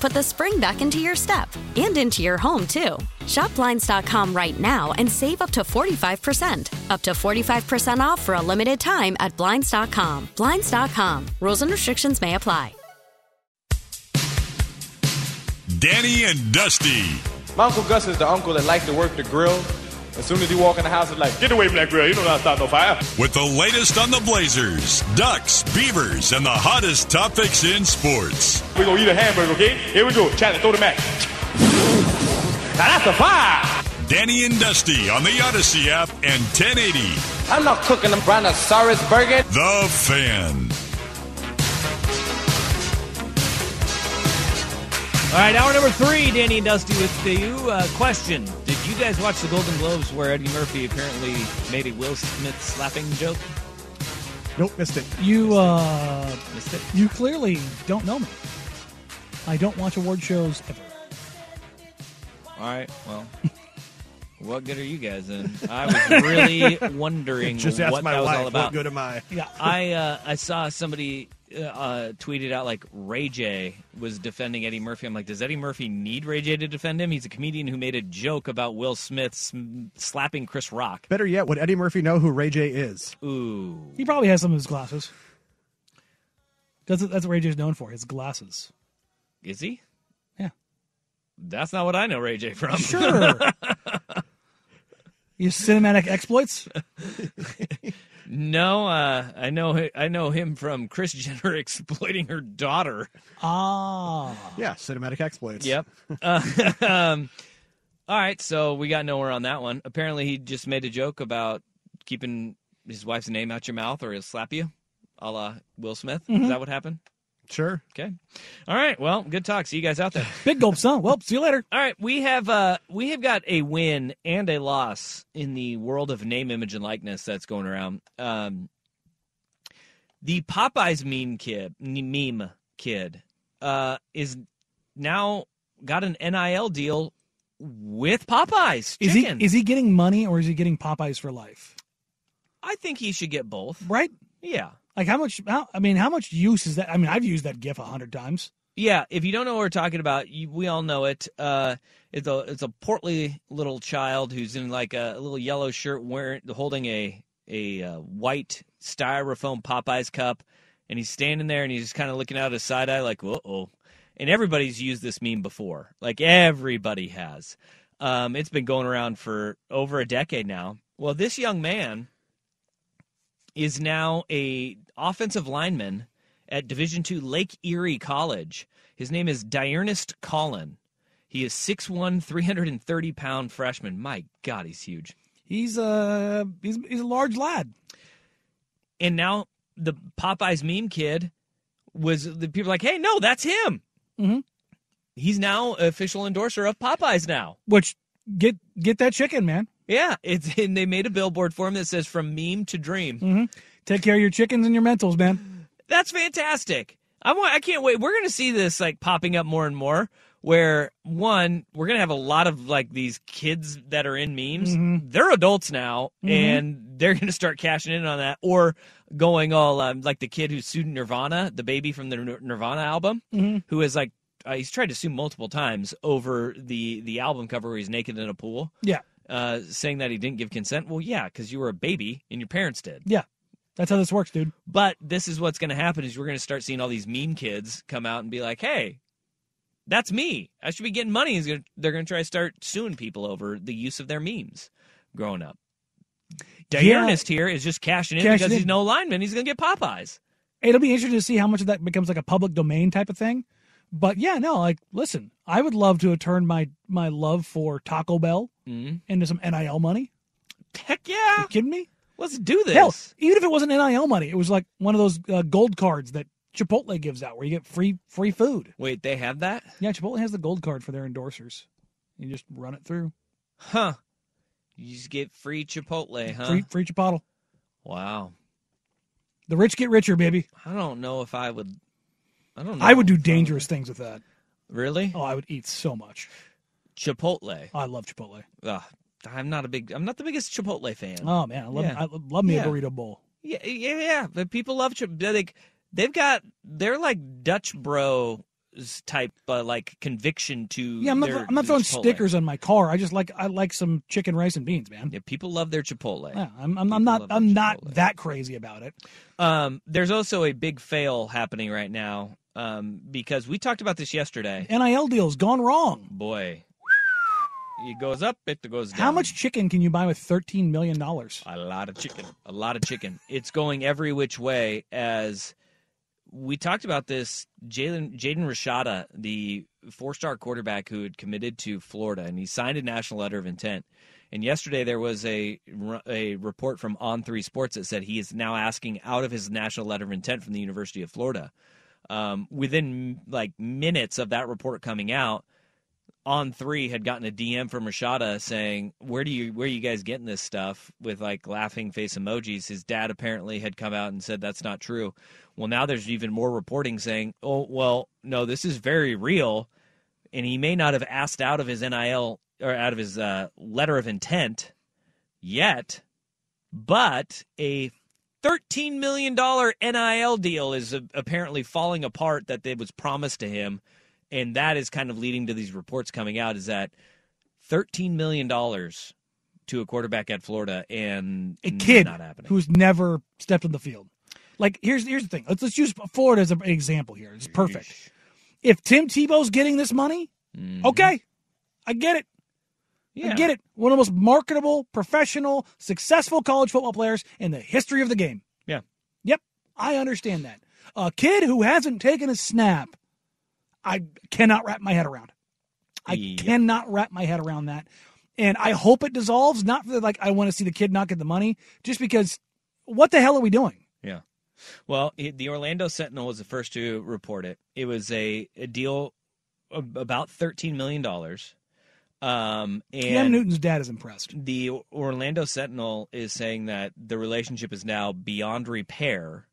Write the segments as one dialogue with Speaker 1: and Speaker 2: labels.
Speaker 1: put the spring back into your step and into your home, too. Shop Blinds.com right now and save up to 45%. Up to 45% off for a limited time at Blinds.com. Blinds.com. Rules and restrictions may apply.
Speaker 2: Danny and Dusty.
Speaker 3: My Uncle Gus is the uncle that likes to work the grill. As soon as you walk in the house, it's like, get away from that grill. You don't know how to start no fire.
Speaker 2: With the latest on the Blazers, Ducks, Beavers, and the hottest topics in sports.
Speaker 3: We're going to eat a hamburger, okay? Here we go. Charlie, throw the match. Now that's a fire.
Speaker 2: Danny and Dusty on the Odyssey app and 1080.
Speaker 3: I'm not cooking a brontosaurus burger.
Speaker 2: The Fan.
Speaker 4: All right, hour number three, Danny and Dusty with you. Uh, question Did you guys watch the Golden Globes where Eddie Murphy apparently made a Will Smith slapping joke?
Speaker 5: Nope, missed it. You uh,
Speaker 4: Missed it?
Speaker 5: you clearly don't know me. I don't watch award shows ever.
Speaker 4: All right, well. What good are you guys in? I was really wondering
Speaker 6: Just ask
Speaker 4: what
Speaker 6: my
Speaker 4: that was
Speaker 6: wife.
Speaker 4: all about.
Speaker 6: What good am I?
Speaker 5: Yeah,
Speaker 4: I uh, I saw somebody uh, uh, tweeted out like Ray J was defending Eddie Murphy. I'm like, does Eddie Murphy need Ray J to defend him? He's a comedian who made a joke about Will Smith sm- slapping Chris Rock.
Speaker 6: Better yet, would Eddie Murphy know who Ray J is?
Speaker 4: Ooh,
Speaker 5: he probably has some of his glasses. That's that's what Ray J is known for his glasses.
Speaker 4: is he?
Speaker 5: Yeah,
Speaker 4: That's not what I know Ray J from.
Speaker 5: sure. Your cinematic exploits.
Speaker 4: No, uh, I know hi- I know him from Chris Jenner exploiting her daughter.
Speaker 5: Ah,
Speaker 6: Yeah, cinematic exploits.
Speaker 4: Yep. Uh, um, all right, so we got nowhere on that one. Apparently, he just made a joke about keeping his wife's name out your mouth, or he'll slap you, a la Will Smith. Is that what happened?
Speaker 6: Sure.
Speaker 4: Okay. All right. Well, good talk. See you guys out there.
Speaker 5: big gulp, son. Well, see you later.
Speaker 4: All right, we have uh we have got a win and a loss in the world of name, image, and likeness that's going around. Um, the Popeyes meme kid, meme kid, uh, is now got an NIL deal with Popeyes
Speaker 5: Is
Speaker 4: chicken.
Speaker 5: he is he getting money or is he getting Popeyes for life?
Speaker 4: I think he should get both.
Speaker 5: Right?
Speaker 4: Yeah,
Speaker 5: Like how much? How, I mean, how much use is that? I mean, I've used that GIF a hundred times.
Speaker 4: yeah. If you don't know what we're talking about, you, we all know it. Uh, it's a it's a portly little child who's in like a, little yellow shirt, wearing holding a a uh, white styrofoam Popeyes cup, and he's standing there and he's just kind of looking out his side eye like, "Whoa!" oh." And everybody's used this meme before, like everybody has. Um, it's been going around for over a decade now. Well, this young man is now a offensive lineman at Division II Lake Erie College. His name is Diurnist Collin. He is 6'1", 330 pound freshman. My God, he's huge.
Speaker 5: He's a he's, he's a large lad.
Speaker 4: And now the Popeyes meme kid was the people like, hey, no, that's him.
Speaker 5: Mhm.
Speaker 4: He's now official endorser of Popeyes now.
Speaker 5: Which get get that chicken, man.
Speaker 4: Yeah, it's and they made a billboard for him that says "From Meme to Dream."
Speaker 5: Take care of your chickens and your mentals, man.
Speaker 4: That's fantastic. I want. I can't wait. We're gonna see this like popping up more and more. Where one, we're gonna have a lot of like these kids that are in memes. They're adults now, and they're gonna start cashing in on that, or going all um, like the kid who sued Nirvana, the baby from the Nir- Nirvana album, who is like uh, he's tried to sue multiple times over the the album cover where he's naked in a pool,
Speaker 5: Yeah.
Speaker 4: uh, saying that he didn't give consent. Well, yeah, because you were a baby and your parents did.
Speaker 5: Yeah. That's how this works, dude.
Speaker 4: But this is what's going to happen is we're going to start seeing all these mean kids come out and be like, "Hey, that's me. I should be getting money." Is gonna, they're going to try to start suing people over the use of their memes growing up.
Speaker 5: Yeah.
Speaker 4: Dearness here is just cashing in
Speaker 5: Cashing
Speaker 4: because he's
Speaker 5: in.
Speaker 4: no lineman. He's going to get Popeyes.
Speaker 5: It'll be interesting to see how much of that becomes like a public domain type of thing. But yeah, no, like listen, I would love to have turned my my love for Taco Bell
Speaker 4: Mhm.
Speaker 5: into some NIL money.
Speaker 4: Heck yeah,
Speaker 5: You kidding me?
Speaker 4: let's do this.
Speaker 5: Hell, even if it wasn't NIL money, it was like one of those uh, gold cards that Chipotle gives out where you get free free food.
Speaker 4: Wait, they have that?
Speaker 5: Yeah, Chipotle has the gold card for their endorsers. You just run it through.
Speaker 4: Huh. You just get free Chipotle, huh?
Speaker 5: Free free Chipotle.
Speaker 4: Wow.
Speaker 5: The rich get richer, baby.
Speaker 4: I don't know if I would. I don't know.
Speaker 5: I would do
Speaker 4: if
Speaker 5: dangerous things with that.
Speaker 4: Really?
Speaker 5: Oh, I would eat so much.
Speaker 4: Chipotle.
Speaker 5: I love Chipotle.
Speaker 4: Ugh, I'm not a big. I'm not the biggest Chipotle fan.
Speaker 5: Oh man, I love
Speaker 4: Yeah.
Speaker 5: I lo- love me
Speaker 4: Yeah.
Speaker 5: a burrito bowl.
Speaker 4: Yeah, yeah, yeah. But people love Chipotle. They, they've got. They're like Dutch bros type, uh, like conviction to.
Speaker 5: Yeah, I'm not
Speaker 4: their-
Speaker 5: I'm not throwing
Speaker 4: Chipotle.
Speaker 5: stickers on my car. I just like I like some chicken rice and beans, man.
Speaker 4: Yeah, people love their Chipotle.
Speaker 5: Yeah, I'm I'm,
Speaker 4: People
Speaker 5: I'm not
Speaker 4: love their
Speaker 5: I'm not
Speaker 4: Chipotle.
Speaker 5: that crazy about it.
Speaker 4: Um, there's also a big fail happening right now. Um, because we talked about this yesterday.
Speaker 5: NIL deals gone wrong.
Speaker 4: boy, it goes up, it goes down.
Speaker 5: How much chicken can you buy with 13 million dollars?
Speaker 4: A lot of chicken. A lot of chicken. It's going every which way. As we talked about this, Jalen Jaden Rashada, the four-star quarterback who had committed to Florida, and he signed a national letter of intent. And yesterday there was a r- a report from On Three Sports that said he is now asking out of his national letter of intent from the University of Florida. Um, within like minutes of that report coming out, on three had gotten a DM from Rashada saying, "Where do you where are you guys getting this stuff?" with like laughing face emojis. His dad apparently had come out and said that's not true. Well, now there's even more reporting saying, "Oh, well, no, this is very real," and he may not have asked out of his nil or out of his uh, letter of intent yet, but a. $13 million NIL deal is uh, apparently falling apart that it was promised to him and that is kind of leading to these reports coming out is that 13 million dollars to a quarterback at Florida and
Speaker 5: a
Speaker 4: n-
Speaker 5: kid
Speaker 4: not happening.
Speaker 5: who's never stepped on the field. Like here's here's the thing. Let's let's use Florida as an example here. It's perfect. If Tim Tebow's getting this money,
Speaker 4: Mm-hmm.
Speaker 5: okay, I get it. I get it. One of the most marketable, professional, successful college football players in the history of the game.
Speaker 4: Yeah.
Speaker 5: Yep, I understand that. A kid who hasn't taken a snap, I cannot wrap my head around. I
Speaker 4: Yep.
Speaker 5: cannot wrap my head around that. And I hope it dissolves, not for the, like I want to see the kid not get the money, just because what the hell are we doing?
Speaker 4: Yeah. Well, it, the Orlando Sentinel was the first to report it. It was a, a deal ab- about 13 million dollars. Um and
Speaker 5: Cam Newton's dad is impressed.
Speaker 4: the Orlando Sentinel is saying that the relationship is now beyond repair.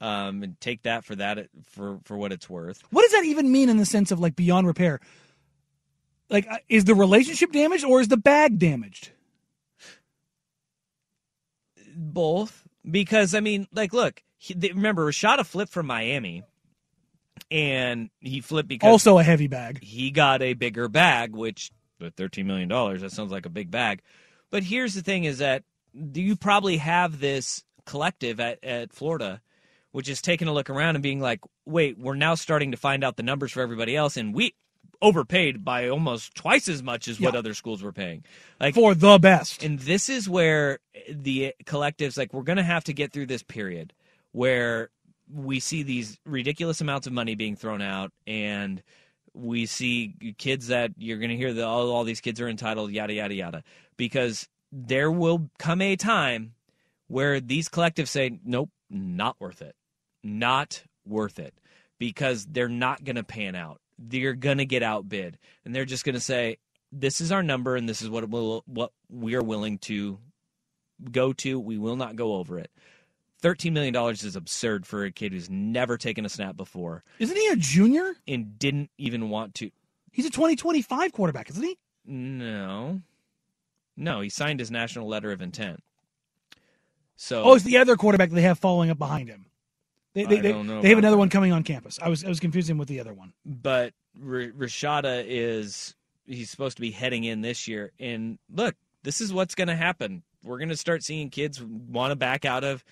Speaker 4: Um, and take that for that for for what it's worth.
Speaker 5: What does that even mean in the sense of like beyond repair? Like, uh, is the relationship damaged or is the bag damaged?
Speaker 4: both because I mean, like, look, he, they, remember Rashada flipped from Miami, and he flipped because
Speaker 5: Also a heavy bag.
Speaker 4: he got a bigger bag, which at thirteen million dollars, that sounds like a big bag. But here's the thing: is that you probably have this collective at at Florida, which is taking a look around and being like, wait, we're now starting to find out the numbers for everybody else, and we overpaid by almost twice as much as what
Speaker 5: Yeah.
Speaker 4: other schools were paying. Like
Speaker 5: for the best.
Speaker 4: and this is where the collectives, like, we're going to have to get through this period where we see these ridiculous amounts of money being thrown out and we see kids that you're going to hear that all, all these kids are entitled, yada, yada, yada. Because there will come a time where these collectives say, nope, not worth it. Not worth it. Because they're not going to pan out. They're going to get outbid. And they're just going to say, this is our number and this is what we'll, what we are willing to go to. We will not go over it. $13 million is absurd for a kid who's never taken a snap before
Speaker 5: Isn't he a junior?
Speaker 4: and didn't even want to.
Speaker 5: He's a 2025 quarterback, isn't he?
Speaker 4: No. No, he signed his national letter of intent. So
Speaker 5: Oh, it's the other quarterback they have following up behind him. They, they,
Speaker 4: I
Speaker 5: they,
Speaker 4: don't know
Speaker 5: they have
Speaker 4: about
Speaker 5: another
Speaker 4: that.
Speaker 5: one coming on campus. I was I was confusing him with the other one.
Speaker 4: but R- Rashada is he's supposed to be heading in this year. And look, this is what's going to happen. We're going to start seeing kids want to back out of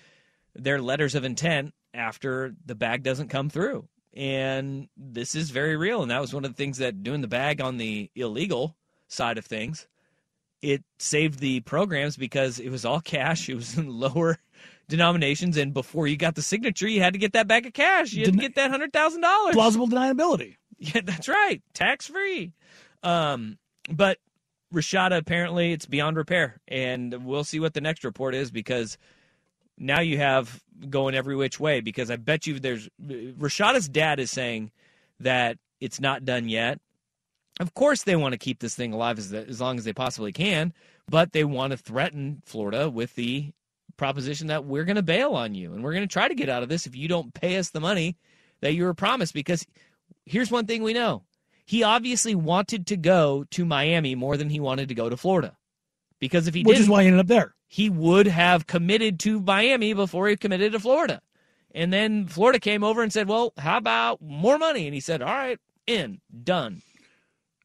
Speaker 4: their letters of intent after the bag doesn't come through. And this is very real. And that was one of the things that doing the bag on the illegal side of things, it saved the programs because it was all cash. It was in lower denominations. And before you got the signature, you had to get that bag of cash. You had to get
Speaker 5: Didn't-
Speaker 4: that $100,000.
Speaker 5: Plausible deniability.
Speaker 4: Yeah, that's right. Tax free. Um, but Rashada, apparently, it's beyond repair. And we'll see what the next report is because now you have going every which way. Because I bet you there's Rashada's dad is saying that it's not done yet. Of course, they want to keep this thing alive as, as long as they possibly can, but they want to threaten Florida with the proposition that we're going to bail on you and we're going to try to get out of this if you don't pay us the money that you were promised. Because here's one thing we know he obviously wanted to go to Miami more than he wanted to go to Florida. Because if he
Speaker 5: Which
Speaker 4: didn't,
Speaker 5: is why he ended up there.
Speaker 4: he would have committed to Miami before he committed to Florida. And then Florida came over and said, Well, how about more money? And he said, All right, in, done.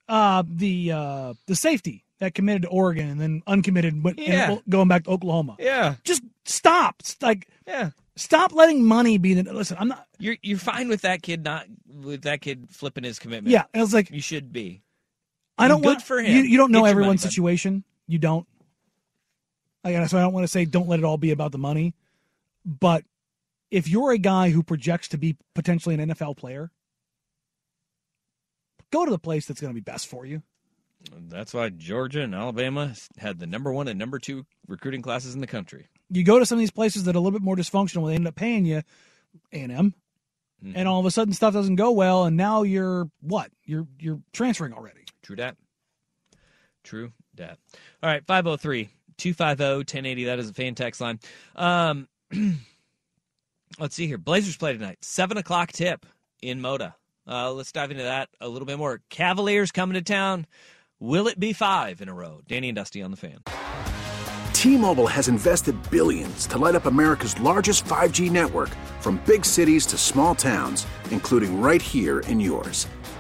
Speaker 5: Uh, the uh, the safety that committed to Oregon and then uncommitted went and
Speaker 4: Yeah.
Speaker 5: going back to Oklahoma.
Speaker 4: Yeah.
Speaker 5: Just stop. It's Like
Speaker 4: Yeah.
Speaker 5: stop letting money be the listen, I'm not
Speaker 4: You're you're fine with that kid not with that kid flipping his commitment.
Speaker 5: yeah, I was like
Speaker 4: You should be.
Speaker 5: I don't
Speaker 4: Good
Speaker 5: want
Speaker 4: for
Speaker 5: You,
Speaker 4: him.
Speaker 5: you don't
Speaker 4: Get
Speaker 5: know
Speaker 4: your
Speaker 5: everyone's
Speaker 4: money, bud.
Speaker 5: situation. You don't. Like, so I don't want to say don't let it all be about the money, but if you're a guy who projects to be potentially an NFL player, go to the place that's going to be best for you.
Speaker 4: That's why Georgia and Alabama had the number one and number two recruiting classes in the country.
Speaker 5: You go to some of these places that are a little bit more dysfunctional. They end up paying you A and M,
Speaker 4: Mm-hmm.
Speaker 5: and all of a sudden stuff doesn't go well, and now you're what? You're you're transferring already.
Speaker 4: True dat. True dat. All right, 503 250 1080. oh, That is a fan text line. Um, let's see here. Blazers play tonight. 7 o'clock tip in Moda. Uh, let's dive into that a little bit more. Cavaliers coming to town. Will it be five in a row? Danny and Dusty on the fan.
Speaker 7: T-Mobile has invested billions to light up America's largest 5G network from big cities to small towns, including right here in yours.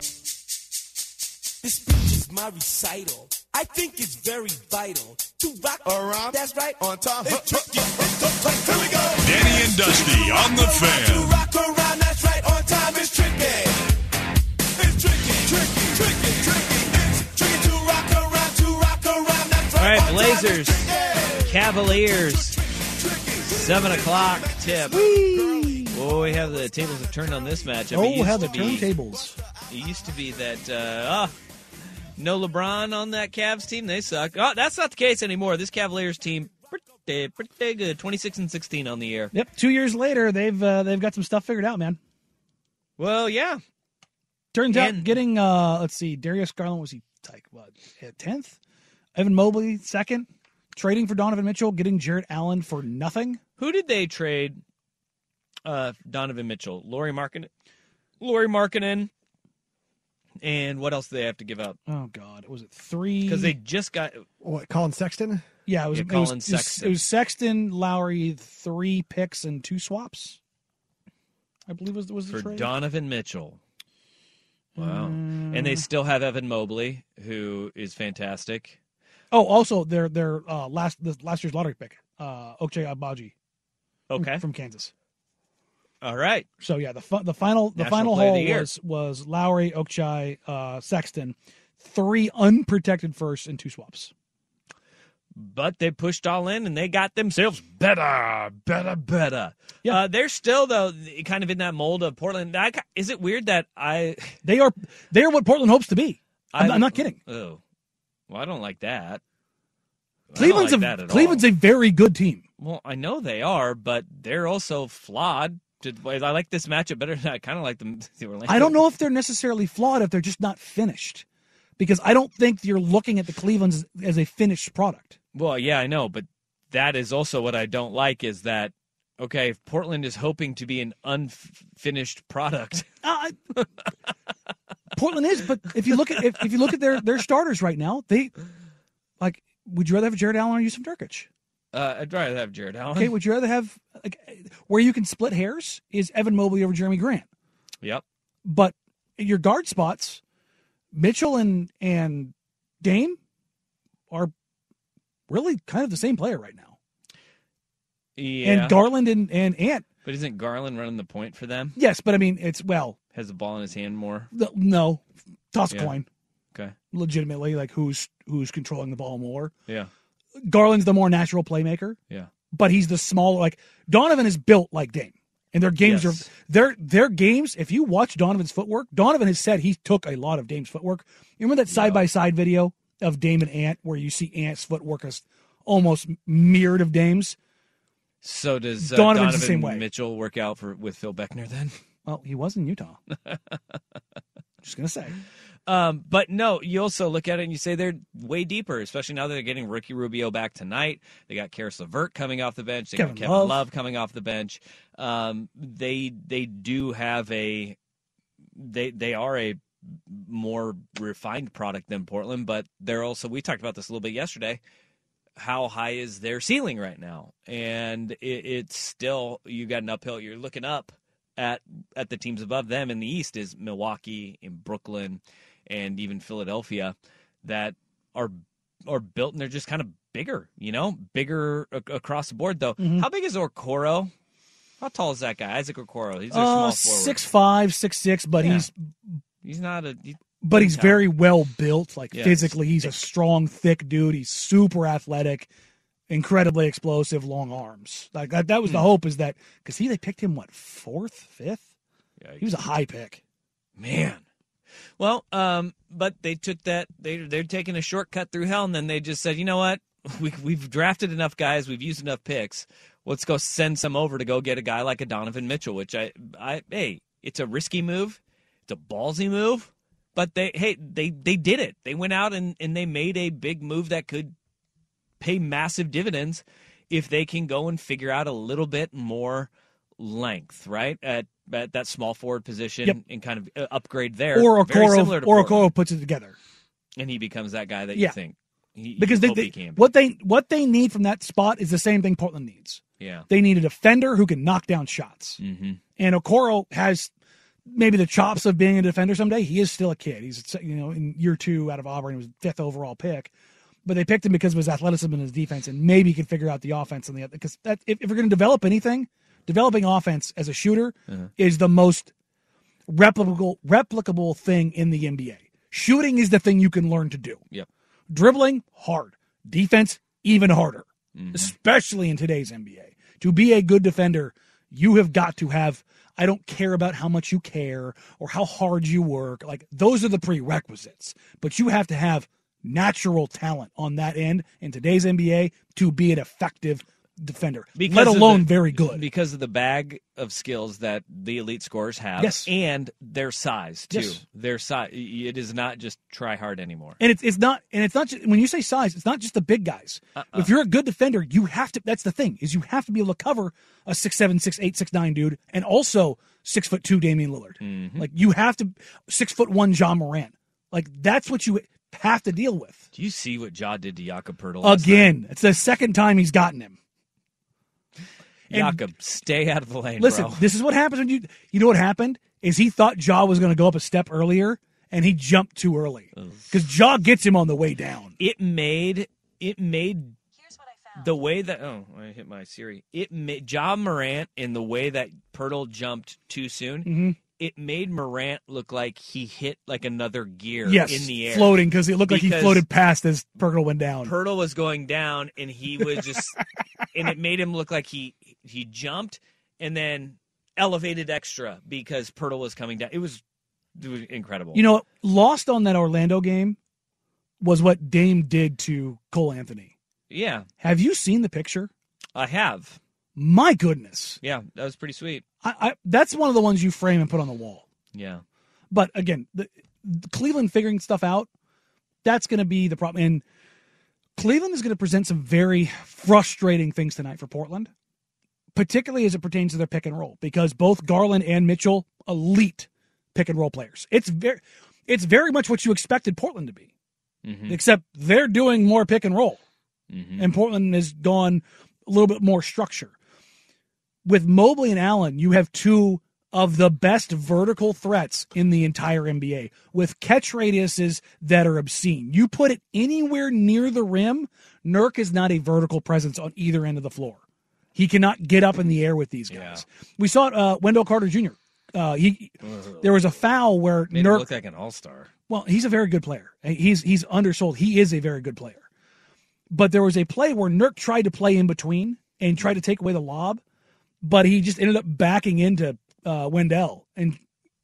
Speaker 8: This speech is my recital. I think it's very vital to rock around. That's right. On time. It's tricky. It's tough. Like, here we go.
Speaker 2: Danny and Dusty on the
Speaker 8: To
Speaker 2: fan.
Speaker 8: rock around. That's right. On time. It's tricky. It's tricky. Tricky. Tricky. Tricky. It's tricky to rock around. To rock around. That's
Speaker 4: All
Speaker 8: right.
Speaker 4: right,
Speaker 8: on time, it's
Speaker 4: Blazers.
Speaker 8: tricky.
Speaker 4: Cavaliers,
Speaker 8: Tricky.
Speaker 4: 7 o'clock tip. Well, we have the tables have turned on this matchup. It
Speaker 6: oh,
Speaker 4: used
Speaker 6: how
Speaker 4: to
Speaker 6: the
Speaker 4: be-
Speaker 6: turntables.
Speaker 4: It used to be that uh, oh, Ah, no LeBron on that Cavs team, they suck. Oh, that's not the case anymore. This Cavaliers team pretty pretty pretty good. Twenty six and sixteen on the air.
Speaker 5: Yep. Two years later, they've uh, they've got some stuff figured out, man.
Speaker 4: Well, yeah.
Speaker 5: Turns out
Speaker 4: And-
Speaker 5: getting uh let's see, Darius Garland was he like what eh, tenth? Evan Mobley second. Trading for Donovan Mitchell, getting Jared Allen for nothing.
Speaker 4: Who did they trade? Uh, Donovan Mitchell, Laurie Markkinen, Laurie Markkinen, and what else do they have to give up?
Speaker 5: Oh God, was it three?
Speaker 4: Because they just got
Speaker 6: What, Colin Sexton?
Speaker 5: yeah, it was,
Speaker 4: Yeah,
Speaker 5: it, was,
Speaker 4: Colin
Speaker 5: it was-
Speaker 4: Sexton.
Speaker 5: it was Sexton, Lowry, three picks and two swaps. I believe was was the
Speaker 4: for
Speaker 5: trade. Mm.
Speaker 4: Donovan Mitchell. Wow, and they still have Evan Mobley, who is fantastic.
Speaker 5: oh, also their their uh, last this, last year's lottery pick, uh, Okja Abaji
Speaker 4: Okay,
Speaker 5: from Kansas.
Speaker 4: all right.
Speaker 5: So yeah, the fi- the final the
Speaker 4: National
Speaker 5: final
Speaker 4: Player of
Speaker 5: haul
Speaker 4: the Year.
Speaker 5: was was Lowry, Okchai, uh, Sexton, three unprotected firsts and two swaps.
Speaker 4: but they pushed all in and they got themselves better, better, better.
Speaker 5: Yeah.
Speaker 4: Uh, they're still though kind of in that mold of Portland. I, ca- is it weird that I?
Speaker 5: They are they are what Portland hopes to be. I'm,
Speaker 4: I-
Speaker 5: I'm not kidding.
Speaker 4: Oh, well, I don't like that. I don't
Speaker 5: Cleveland's
Speaker 4: like
Speaker 5: a
Speaker 4: that at
Speaker 5: Cleveland's
Speaker 4: all.
Speaker 5: a very good team.
Speaker 4: Well, I know they are, but they're also flawed. Did- I like this matchup better. than I kind of like them. The Orlando.
Speaker 5: I don't know if they're necessarily flawed if they're just not finished, because I don't think you're looking at the Cleveland's as a finished product.
Speaker 4: Well, yeah, I know, but that is also what I don't like is that okay, if Portland is hoping to be an unfinished product.
Speaker 5: Uh, I- Portland is, but if you look at if, if you look at their their starters right now, they like. Would you rather have Jared Allen or Yusuf Nurkic?
Speaker 4: Uh, I'd rather have Jared Allen.
Speaker 5: Okay, would you rather have like where you can split hairs is Evan Mobley over Jeremy Grant,
Speaker 4: Yep.
Speaker 5: but your guard spots, Mitchell and and Dame, are really kind of the same player right now.
Speaker 4: Yeah.
Speaker 5: And Garland and and Ant,
Speaker 4: but isn't Garland running the point for them?
Speaker 5: yes, but I mean it's well,
Speaker 4: Has the ball in his hand more.
Speaker 5: th- no, toss a
Speaker 4: Yeah.
Speaker 5: coin,
Speaker 4: Okay.
Speaker 5: legitimately like who's who's controlling the ball more.
Speaker 4: Yeah.
Speaker 5: Garland's the more natural playmaker.
Speaker 4: Yeah.
Speaker 5: but he's the smaller. Like Donovan is built like Dame, and their games
Speaker 4: Yes.
Speaker 5: are their their games. If you watch Donovan's footwork, Donovan has said he took a lot of Dame's footwork. You remember that side by side video of Dame and Ant, where you see Ant's footwork is almost mirrored of Dame's.
Speaker 4: So does uh,
Speaker 5: Donovan's the
Speaker 4: Donovan
Speaker 5: same way.
Speaker 4: Mitchell work out for with Phil Beckner then?
Speaker 5: Well, he was in Utah. Just gonna say,
Speaker 4: Um, but no, you also look at it and you say they're way deeper, especially now that they're getting Ricky Rubio back tonight. They got Karis LeVert coming off the bench. They
Speaker 5: Kevin
Speaker 4: got Kevin
Speaker 5: Love.
Speaker 4: Love. coming off the bench. Um, they they do have a they they are a more refined product than Portland, but they're also we talked about this a little bit yesterday. How high is their ceiling right now? And it, it's still you got an uphill. You're looking up at at the teams above them in the East is Milwaukee and Brooklyn and even Philadelphia that are are built and they're just kind of bigger, you know, bigger ac- across the board. Though,
Speaker 5: Mm-hmm.
Speaker 4: how big is Okoro? How tall is that guy, Isaac Okoro? He's a
Speaker 5: uh,
Speaker 4: small forward.
Speaker 5: six five, six six, but
Speaker 4: Yeah.
Speaker 5: he's
Speaker 4: He's not a. he-
Speaker 5: but he's
Speaker 4: No.
Speaker 5: very well built. Like
Speaker 4: Yeah,
Speaker 5: physically,
Speaker 4: he's
Speaker 5: he's a strong, thick dude. He's super athletic, incredibly explosive, long arms. Like that, that was
Speaker 4: Hmm.
Speaker 5: the hope is that because he they picked him what fourth, fifth. He was a high pick.
Speaker 4: man. Well, um, but they took that. They they're taking a shortcut through hell, and then they just said, you know what? We we've drafted enough guys. We've used enough picks. Let's go send some over to go get a guy like a Donovan Mitchell. Which I I hey, it's a risky move. It's a ballsy move. But they hey they they did it. They went out and and they made a big move that could pay massive dividends if they can go and figure out a little bit more length, right? At, at that small forward position
Speaker 5: Yep.
Speaker 4: and kind of uh, upgrade there.
Speaker 5: Or
Speaker 4: Very similar
Speaker 5: Okoro,
Speaker 4: to
Speaker 5: or
Speaker 4: Portland.
Speaker 5: Okoro puts it together
Speaker 4: And he becomes that guy that
Speaker 5: Yeah.
Speaker 4: you think. He,
Speaker 5: because
Speaker 4: you
Speaker 5: they,
Speaker 4: hope
Speaker 5: they
Speaker 4: he can be.
Speaker 5: what they what they need from that spot is the same thing Portland needs.
Speaker 4: Yeah.
Speaker 5: They need a defender who can knock down shots.
Speaker 4: Mm-hmm.
Speaker 5: And Okoro has maybe the chops of being a defender someday. He is still a kid. He's you know in year two out of Auburn, he was fifth overall pick. But they picked him because of his athleticism and his defense, and maybe he could figure out the offense and the because that if, if you're going to develop anything, developing offense as a shooter
Speaker 4: Uh-huh.
Speaker 5: is the most replicable replicable thing in the NBA. Shooting is the thing you can learn to do.
Speaker 4: Yep.
Speaker 5: Dribbling hard, defense even harder,
Speaker 4: Mm-hmm.
Speaker 5: especially in today's NBA. To be a good defender, you have got to have. I don't care about how much you care or how hard you work. Like those are the prerequisites, but you have to have natural talent on that end in today's NBA to be an effective defender,
Speaker 4: Because
Speaker 5: let
Speaker 4: of
Speaker 5: alone
Speaker 4: the-
Speaker 5: very good.
Speaker 4: because of the bag of skills that the elite scorers have
Speaker 5: Yes.
Speaker 4: and their size too
Speaker 5: Yes.
Speaker 4: their size it is not just try hard anymore
Speaker 5: And it's it's not and it's not just, when you say size, it's not just the big guys.
Speaker 4: Uh-uh.
Speaker 5: If you're a good defender, you have to. That's the thing is you have to be able to cover a six seven, six eight, six nine dude, and also six foot two Damian Lillard.
Speaker 4: Mm-hmm.
Speaker 5: Like you have to six foot one John Moran. Like that's what you have to deal with.
Speaker 4: do you see what Ja did to Jakob Pertl last
Speaker 5: Again, it's the second time he's gotten him.
Speaker 4: night? Jakob stay out of the lane
Speaker 5: Listen,
Speaker 4: bro.
Speaker 5: this is what happens when you. You know what happened is he thought Jaw was going to go up a step earlier, and he jumped too early because Jaw gets him on the way down.
Speaker 4: it made it made the way that oh I hit my Siri it made John Morant in the way that Pirtle jumped too soon.
Speaker 5: Mhm.
Speaker 4: It made Morant look like he hit like another gear
Speaker 5: Yes,
Speaker 4: in the air,
Speaker 5: floating because it looked like he
Speaker 4: Because
Speaker 5: floated past as Perkle went down.
Speaker 4: Pirtle was going down, and he was just, and it made him look like he he jumped and then elevated extra because Pirtle was coming down. It was, it was incredible.
Speaker 5: you know, what? lost on that Orlando game was what Dame did to Cole Anthony.
Speaker 4: yeah,
Speaker 5: Have you seen the picture?
Speaker 4: I have.
Speaker 5: My goodness,
Speaker 4: Yeah, that was pretty sweet.
Speaker 5: I, I that's one of the ones you frame and put on the wall.
Speaker 4: Yeah.
Speaker 5: But again, the, the Cleveland figuring stuff out, that's going to be the problem. And Cleveland is going to present some very frustrating things tonight for Portland, particularly as it pertains to their pick and roll, because both Garland and Mitchell, elite pick and roll players. It's very, it's very much what you expected Portland to be,
Speaker 4: Mm-hmm.
Speaker 5: except they're doing more pick and roll, and Portland has gone a little bit more structure. With Mobley and Allen, you have two of the best vertical threats in the entire NBA with catch radiuses that are obscene. You put it anywhere near the rim, Nurk is not a vertical presence on either end of the floor. He cannot get up in the air with these guys. We saw it, uh, Wendell Carter Jr. Uh, he there was a foul where
Speaker 4: Made him
Speaker 5: Nurk
Speaker 4: look like an all star.
Speaker 5: well, he's a very good player. He's he's undersold. He is a very good player. But there was a play where Nurk tried to play in between and tried to take away the lob, but he just ended up backing into uh, Wendell and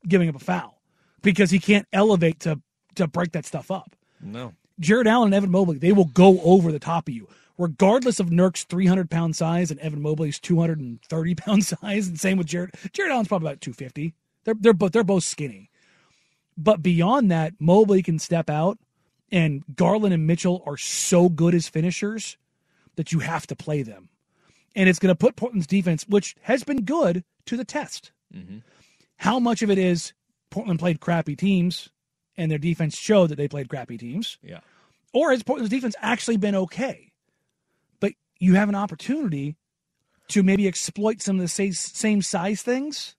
Speaker 5: giving up a foul because he can't elevate to to break that stuff up.
Speaker 4: No.
Speaker 5: Jared Allen and Evan Mobley, they will go over the top of you, regardless of Nurk's 300 pound size and Evan Mobley's 230 pound size. And same with Jared. Jared Allen's probably about 250. They're they're both they're both skinny. But beyond that, Mobley can step out, and Garland and Mitchell are so good as finishers that you have to play them, and it's going to put Portland's defense, which has been good, to the test. How much of it is Portland played crappy teams, and their defense showed that they played crappy teams?
Speaker 4: Yeah.
Speaker 5: or has Portland's defense actually been okay? But you have an opportunity to maybe exploit some of the sa- same size things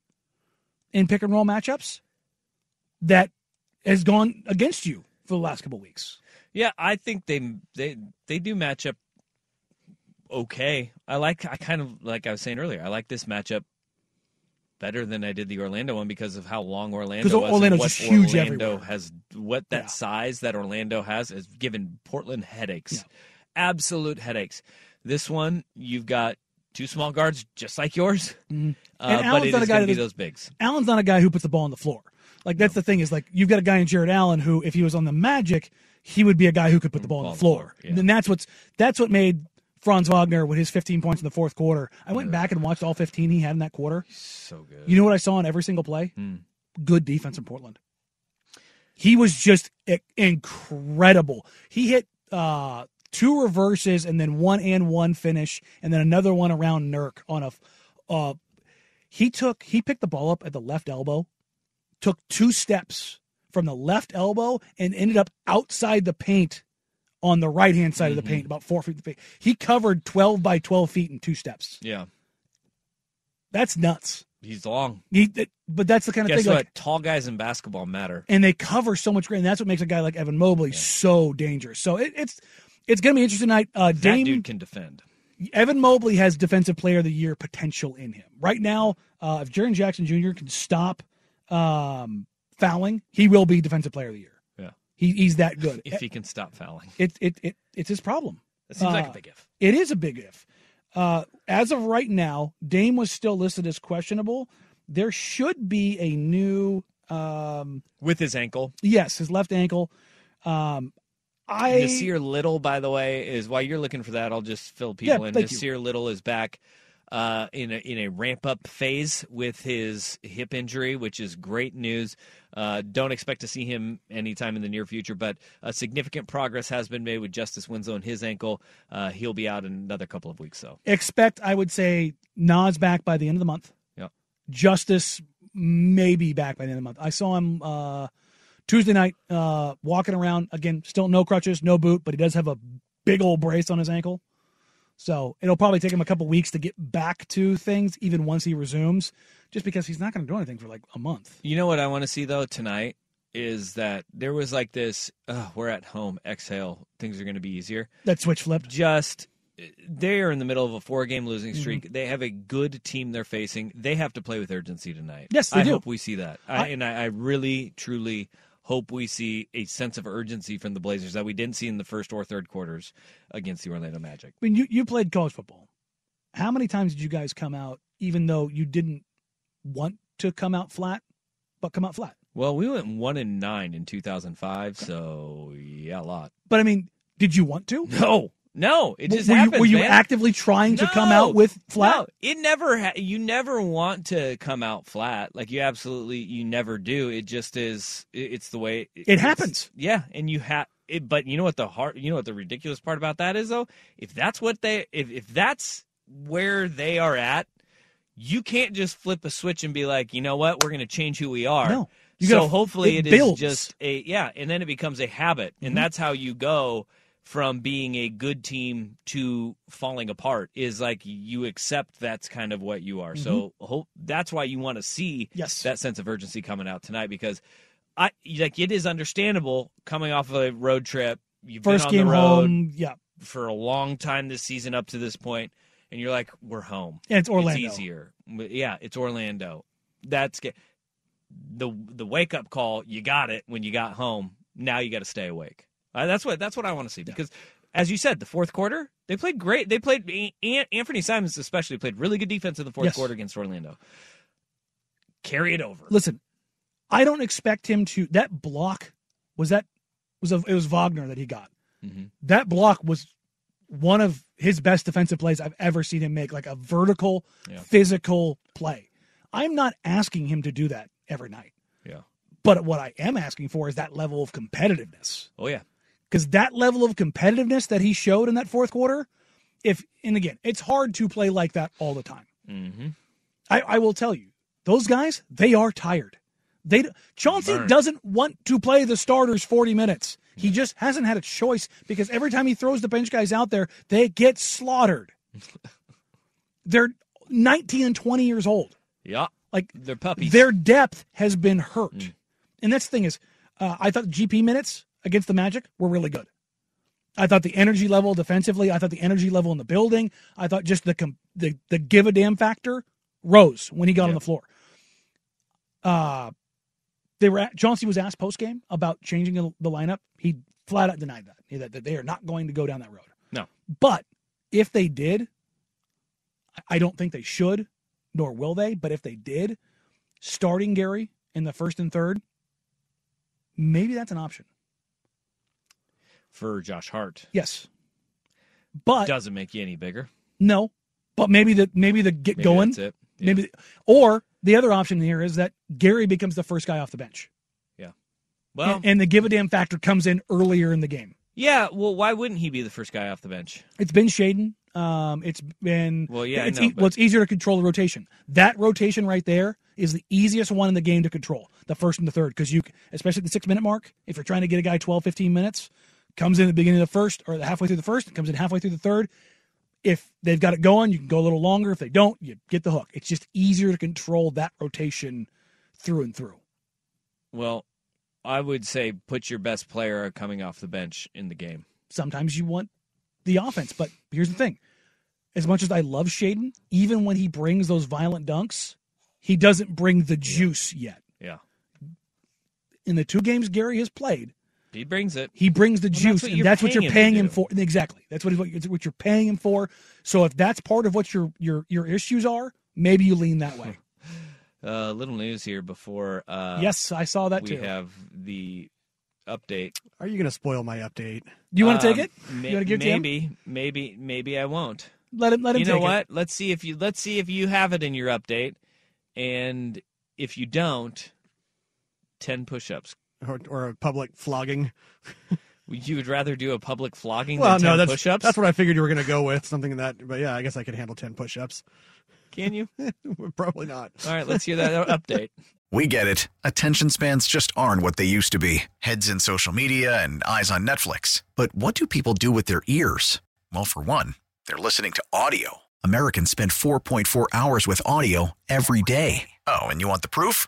Speaker 5: in pick and roll matchups that has gone against you for the last couple weeks.
Speaker 4: Yeah, I think they they they do match up okay. I like I kind of like I was saying earlier. I like this matchup better than I did the Orlando one because of how long Orlando
Speaker 5: 'Cause
Speaker 4: was.
Speaker 5: Orlando's
Speaker 4: and what
Speaker 5: just huge
Speaker 4: Orlando
Speaker 5: everywhere.
Speaker 4: has what that
Speaker 5: Yeah.
Speaker 4: size that Orlando has has given Portland headaches, absolute headaches. This one you've got two small guards just like yours, uh,
Speaker 5: Mm-hmm. And
Speaker 4: but
Speaker 5: Allen's
Speaker 4: it
Speaker 5: not a
Speaker 4: is going
Speaker 5: guy
Speaker 4: to
Speaker 5: that
Speaker 4: be
Speaker 5: is-
Speaker 4: those bigs.
Speaker 5: Allen's not a guy who puts the ball on the floor. Like that's the thing is like you've got a guy in Jared Allen who, if he was on the Magic, he would be a guy who could put the ball on the floor. And that's what's that's what made Franz Wagner with his 15 points in the fourth quarter. I went back and watched all 15 he had in that quarter.
Speaker 4: So good.
Speaker 5: You know what I saw in every single play? Good defense in Portland. He was just i- incredible. He hit uh, two reverses and then one and one finish, and then another one around Nurk on a. f- Uh, he took he picked the ball up at the left elbow, took two steps from the left elbow, and ended up outside the paint on the right hand side of
Speaker 4: Mm-hmm.
Speaker 5: the paint, about four feet. Of the paint. He covered twelve by twelve feet in two steps.
Speaker 4: Yeah,
Speaker 5: That's nuts.
Speaker 4: he's long.
Speaker 5: He, that- but that's the kind of
Speaker 4: Guess
Speaker 5: thing.
Speaker 4: what?
Speaker 5: Like,
Speaker 4: Tall guys in basketball matter.
Speaker 5: and they cover so much ground. And that's what makes a guy like Evan Mobley so dangerous. So it, it's it's going to be interesting tonight. Uh,
Speaker 4: That
Speaker 5: Dame
Speaker 4: dude can defend.
Speaker 5: Evan Mobley has Defensive Player of the Year potential in him right now. Uh, if Jaron Jackson Jr. can stop um, fouling, he will be Defensive Player of the Year.
Speaker 4: Yeah.
Speaker 5: He, he's that good.
Speaker 4: If he can stop fouling.
Speaker 5: it, it it it's his problem.
Speaker 4: That seems like a
Speaker 5: Uh,
Speaker 4: big if.
Speaker 5: It is a big if. Uh, as of right now, Dame was still listed as questionable. There should be a new. Um,
Speaker 4: With his ankle.
Speaker 5: Yes, his left ankle. Um, I-
Speaker 4: Nasir Little, by the way, is while you're looking for that, I'll just fill people
Speaker 5: Yeah,
Speaker 4: in.
Speaker 5: thank you.
Speaker 4: Nasir Little is back uh, in a, in a ramp up phase with his hip injury, which is great news. Uh, don't expect to see him anytime in the near future, but uh, significant progress has been made with Justice Winslow and his ankle. Uh, he'll be out in another couple of weeks, so
Speaker 5: Expect, I would say, Nas back by the end of the month.
Speaker 4: yeah.
Speaker 5: Justice maybe back by the end of the month. I saw him uh, Tuesday night uh, walking around again, still no crutches, no boot, but he does have a big old brace on his ankle. So it'll probably take him a couple weeks to get back to things, even once he resumes, just because he's not going to do anything for like a month.
Speaker 4: You know what I want to see though tonight is that there was like this. Oh, we're at home. Exhale. Things are going to be easier.
Speaker 5: That switch flipped.
Speaker 4: Just they are in the middle of a four-game losing streak. They have a good team they're facing. They have to play with urgency tonight.
Speaker 5: Yes, they
Speaker 4: I
Speaker 5: do.
Speaker 4: hope we see that. I,
Speaker 5: I-
Speaker 4: and I, I really, truly hope we see a sense of urgency from the Blazers that we didn't see in the first or third quarters against the Orlando Magic.
Speaker 5: I mean, you, you played college football. How many times did you guys come out, even though you didn't want to come out flat, but come out flat?
Speaker 4: Well, we went one and nine in 2005, so yeah, a lot.
Speaker 5: But I mean, did you want to?
Speaker 4: No, no, it
Speaker 5: W-
Speaker 4: just
Speaker 5: were
Speaker 4: happens.
Speaker 5: You, were you
Speaker 4: man.
Speaker 5: actively trying to come
Speaker 4: No,
Speaker 5: out with flat?
Speaker 4: No, it never. Ha- you never want to come out flat. Like you absolutely, you never do. It just is. it- It's the way
Speaker 5: It
Speaker 4: it's-
Speaker 5: happens.
Speaker 4: Yeah, and you have. It, but you know what the hard, you know what the ridiculous part about that is though. If that's what they, if if that's where they are at, you can't just flip a switch and be like, you know what, we're going to change who we are.
Speaker 5: No. You
Speaker 4: so
Speaker 5: gotta-
Speaker 4: hopefully
Speaker 5: it
Speaker 4: it is
Speaker 5: builds.
Speaker 4: just a yeah, and then it becomes a habit, and
Speaker 5: Mm-hmm.
Speaker 4: that's how you go from being a good team to falling apart. Is like you accept that's kind of what you are. So hope that's why you want to see
Speaker 5: Mm-hmm. Yes.
Speaker 4: that sense of urgency coming out tonight because I like it is understandable coming off a road trip. You've
Speaker 5: First
Speaker 4: been on
Speaker 5: game
Speaker 4: the road
Speaker 5: home, yeah.
Speaker 4: for a long time this season up to this point, and you're like, we're home.
Speaker 5: And it's Orlando.
Speaker 4: It's easier. Yeah, it's Orlando. That's ga- the the wake up call. You got it when you got home. Now you got to stay awake. Uh, that's what that's what I want to see because, as you said, the fourth quarter they played great. They played An- Anthony Simons especially played really good defense in the fourth
Speaker 5: Yes.
Speaker 4: quarter against Orlando. Carry it over.
Speaker 5: Listen, I don't expect him to. That block was that was a, it was Wagner that he got.
Speaker 4: Mhm.
Speaker 5: That block was one of his best defensive plays I've ever seen him make, like a vertical,
Speaker 4: Yeah.
Speaker 5: physical play. I'm not asking him to do that every night,
Speaker 4: Yeah.
Speaker 5: but what I am asking for is that level of competitiveness.
Speaker 4: Oh yeah.
Speaker 5: because that level of competitiveness that he showed in that fourth quarter, if and again, it's hard to play like that all the time.
Speaker 4: Mm-hmm.
Speaker 5: I, I will tell you, those guys they are tired. They d- Chauncey
Speaker 4: Burnt.
Speaker 5: doesn't want to play the starters forty minutes. He just hasn't had a choice because every time he throws the bench guys out there, they get slaughtered. They're nineteen and twenty years old.
Speaker 4: Yeah.
Speaker 5: Like
Speaker 4: They're puppies. Mm.
Speaker 5: their depth has been hurt. And that's the thing is, uh, I thought GP minutes against the Magic were really good. I thought the energy level defensively, I thought the energy level in the building, I thought just the com- the, the give a damn factor rose when he got on the floor. Uh, they were at, Chauncey was asked post game about changing the the lineup. He flat out denied that. He- that that they are not going to go down that road.
Speaker 4: No.
Speaker 5: But if they did, I- I don't think they should, nor will they. But if they did, starting Gary in the first and third, maybe that's an option.
Speaker 4: For Josh Hart,
Speaker 5: Yes. But
Speaker 4: doesn't make you any bigger.
Speaker 5: no. But maybe the maybe the get
Speaker 4: Maybe
Speaker 5: going.
Speaker 4: That's it. Yeah.
Speaker 5: Maybe or the other option here is that Gary becomes the first guy off the bench.
Speaker 4: Well,
Speaker 5: and, and the give a damn factor comes in earlier in the game.
Speaker 4: yeah. Well, why wouldn't he be the first guy off the bench?
Speaker 5: It's been Shaden. Um, it's been
Speaker 4: Well, yeah, I
Speaker 5: It's,
Speaker 4: know,
Speaker 5: e- well,
Speaker 4: but-
Speaker 5: it's easier to control the rotation. That rotation right there is the easiest one in the game to control. The first and the third, because you, especially at the six minute mark, if you're trying to get a guy 12, 15 minutes, comes in at the beginning of the first or the halfway through the first, comes in halfway through the third. If they've got it going, you can go a little longer. If they don't, you get the hook. It's just easier to control that rotation through and through.
Speaker 4: Well, I would say put your best player coming off the bench in the game.
Speaker 5: sometimes you want the offense. But here's the thing: as much as I love Shaden, even when he brings those violent dunks, he doesn't bring the juice yet.
Speaker 4: Yeah,
Speaker 5: In the two games Gary has played,
Speaker 4: he brings it.
Speaker 5: he brings the
Speaker 4: Well, that's
Speaker 5: juice,
Speaker 4: what
Speaker 5: and
Speaker 4: you're
Speaker 5: that's what
Speaker 4: paying him
Speaker 5: you're
Speaker 4: to
Speaker 5: paying him,
Speaker 4: do.
Speaker 5: for. Exactly, that's what is what, it's what you're paying him for. So if that's part of what your your your issues are, maybe you lean that way.
Speaker 4: Uh, little news here before. Uh,
Speaker 5: yes, I saw that
Speaker 4: we
Speaker 5: too.
Speaker 4: have the update.
Speaker 6: Are you going to spoil my update?
Speaker 5: You want to take it?
Speaker 4: um, May-
Speaker 5: you want to give it to him?
Speaker 4: maybe, maybe, maybe I won't.
Speaker 5: Let him. Let him.
Speaker 4: you know
Speaker 5: take it.
Speaker 4: what? Let's see if you let's see if you have it in your update, and if you don't, ten push-ups.
Speaker 6: Or, or a public flogging?
Speaker 4: You would rather do a public flogging
Speaker 6: Well,
Speaker 4: than 10
Speaker 6: no, that's
Speaker 4: push-ups?
Speaker 6: that's what I figured you were going to go with something in that. But yeah, I guess I could handle ten push-ups.
Speaker 4: Can you?
Speaker 6: Probably not.
Speaker 4: All right, let's hear that update.
Speaker 9: We get it. Attention spans just aren't what they used to be heads in social media and eyes on Netflix. But what do people do with their ears? Well, for one, they're listening to audio. Americans spend 4.4 hours with audio every day. Oh, and you want the proof?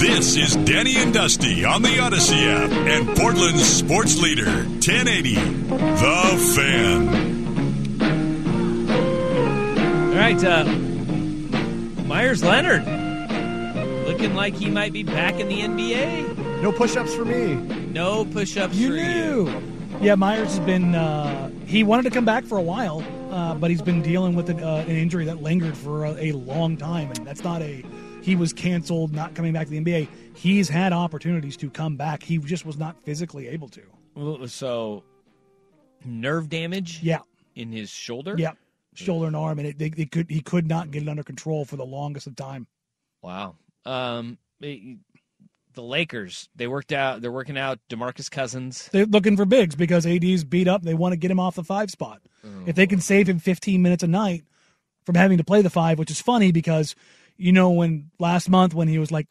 Speaker 2: This is Danny and Dusty on the Odyssey app and Portland's sports leader, 1080, The Fan.
Speaker 4: All right, uh, Myers Leonard looking like he might be back in the NBA.
Speaker 6: No push-ups for me.
Speaker 4: No push-ups
Speaker 5: You
Speaker 4: for you.
Speaker 5: knew. Yeah, Myers has been. Uh, he wanted to come back for a while, uh, but he's been dealing with an, uh, an injury that lingered for a, a long time, and that's not a. He was canceled, not coming back to the NBA. He's had opportunities to come back. He just was not physically able to.
Speaker 4: Well, So nerve damage.
Speaker 5: Yeah.
Speaker 4: In his shoulder.
Speaker 5: Yep, shoulder and arm, and it, they, they could he could not get it under control for the longest of time.
Speaker 4: Wow. Um, it- the Lakers. They worked out. They're working out Demarcus Cousins.
Speaker 5: They're looking for bigs because AD's beat up. They want to get him off the five spot.
Speaker 4: Oh.
Speaker 5: if they can save him 15 minutes a night from having to play the five, which is funny because you know when last month when he was like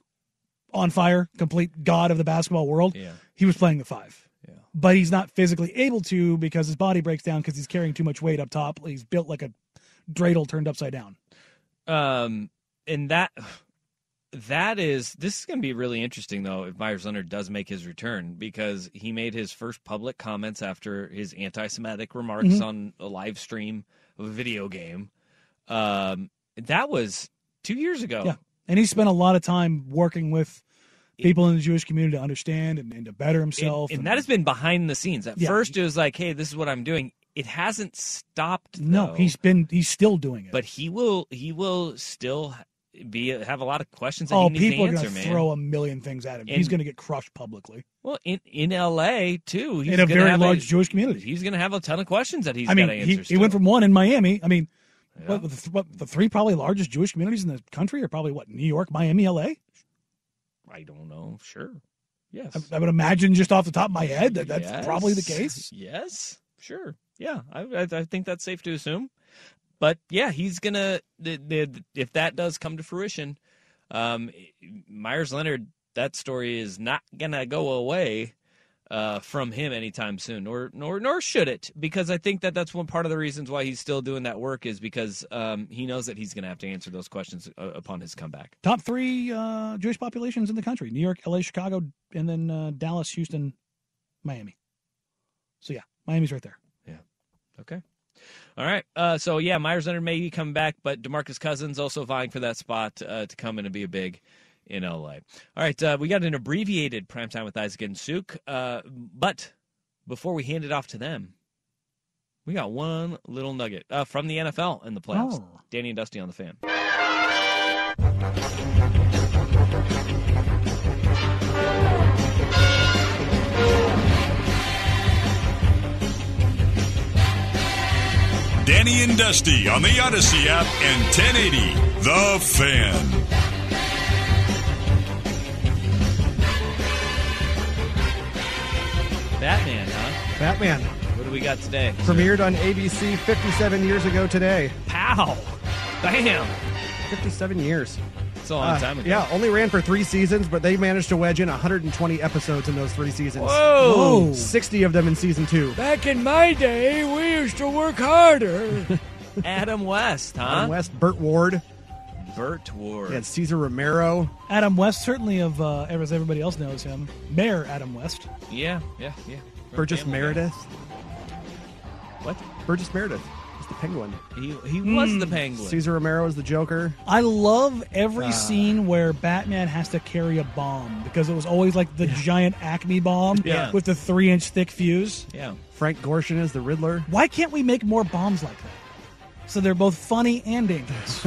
Speaker 5: on fire, complete god of the basketball world,
Speaker 4: Yeah.
Speaker 5: he was playing the five. But he's not physically able to because his body breaks down because he's carrying too much weight up top. He's built like a dreidel turned upside down.
Speaker 4: Um, and that that is this is going to be really interesting though if Myers Leonard does make his return because he made his first public comments after his anti-Semitic remarks
Speaker 5: Mm-hmm.
Speaker 10: Mhm.
Speaker 4: on a live stream of a video game. Um, that was two years ago.
Speaker 5: Yeah. And he spent a lot of time working with people in the Jewish community to understand and, and to better himself.
Speaker 4: And, that has been behind the scenes. At
Speaker 5: Yeah.
Speaker 4: first, it was like, "Hey, this is what I'm doing." It hasn't stopped.
Speaker 5: no,
Speaker 4: though.
Speaker 5: he's been he's still doing it.
Speaker 4: But he will. He will still be have a lot of questions that
Speaker 5: oh,
Speaker 4: he needs
Speaker 5: people
Speaker 4: to answer,
Speaker 5: are gonna
Speaker 4: man.
Speaker 5: throw a million things at him. he's
Speaker 4: And-
Speaker 5: going to get crushed publicly.
Speaker 4: Well, in in L.A. too, he's
Speaker 5: In a
Speaker 4: gonna
Speaker 5: very
Speaker 4: have
Speaker 5: large Jewish community.
Speaker 4: He's going to have a ton of questions that he's
Speaker 5: I mean,
Speaker 4: got to
Speaker 5: he,
Speaker 4: answer.
Speaker 5: he went from one in Miami. I mean, what, the th- what the three probably largest Jewish communities in the country are probably what New York, Miami, L.A.
Speaker 4: I don't know. Sure. Yes.
Speaker 5: I, I would imagine just off the top of my head that that's
Speaker 4: Yes.
Speaker 5: probably the case.
Speaker 4: Yes. Sure. Yeah. I, I I think that's safe to assume. But yeah, he's gonna the, the, if that does come to fruition, um, Myers Leonard that story is not gonna go away uh, from him anytime soon, nor nor nor should it, because I think that that's one part of the reasons why he's still doing that work is because um, he knows that he's gonna have to answer those questions uh, upon his comeback.
Speaker 5: Top three uh, Jewish populations in the country: New York, L.A., Chicago, and then uh, Dallas, Houston, Miami. So yeah, Miami's right there.
Speaker 4: Okay. All right. Uh, so yeah, Myers Leonard may be coming back, but Demarcus Cousins also vying for that spot uh, to come in and be a big in LA. All right. Uh, we got an abbreviated primetime with Isaac and Suk. Uh, but before we hand it off to them, we got one little nugget uh, from the NFL in the playoffs.
Speaker 11: Oh.
Speaker 4: Danny and Dusty on the fan.
Speaker 2: Danny and Dusty on the Odyssey app and 1080, The Fan.
Speaker 4: Batman, huh?
Speaker 6: Batman
Speaker 4: What do we got today?
Speaker 6: premiered on ABC 57 years ago today.
Speaker 4: Pow! Bam!
Speaker 6: 57 years.
Speaker 4: It's a long
Speaker 6: Uh,
Speaker 4: time ago.
Speaker 6: Yeah, only ran for three seasons, but they managed to wedge in 120 episodes in those three seasons.
Speaker 4: Whoa. Whoa.
Speaker 6: 60 of them in season two.
Speaker 4: Back in my day, we used to work harder. Adam West, huh?
Speaker 6: Adam West, Burt Ward,
Speaker 4: Burt Ward.
Speaker 6: they had Caesar Romero.
Speaker 5: Adam West certainly of uh, as everybody else knows him, Mayor Adam West.
Speaker 4: Yeah, yeah, yeah.
Speaker 6: Burgess
Speaker 4: Family guy.
Speaker 6: Meredith.
Speaker 4: What?
Speaker 6: Burgess Meredith is the penguin.
Speaker 4: He, he was the penguin.
Speaker 6: Caesar Romero is the Joker.
Speaker 5: I love every
Speaker 6: Ah.
Speaker 5: scene where Batman has to carry a bomb because it was always like the giant Acme bomb
Speaker 6: Yeah.
Speaker 5: with the three inch thick fuse.
Speaker 4: Yeah.
Speaker 6: Frank Gorshin is the Riddler.
Speaker 5: Why can't we make more bombs like that? So they're both funny and dangerous.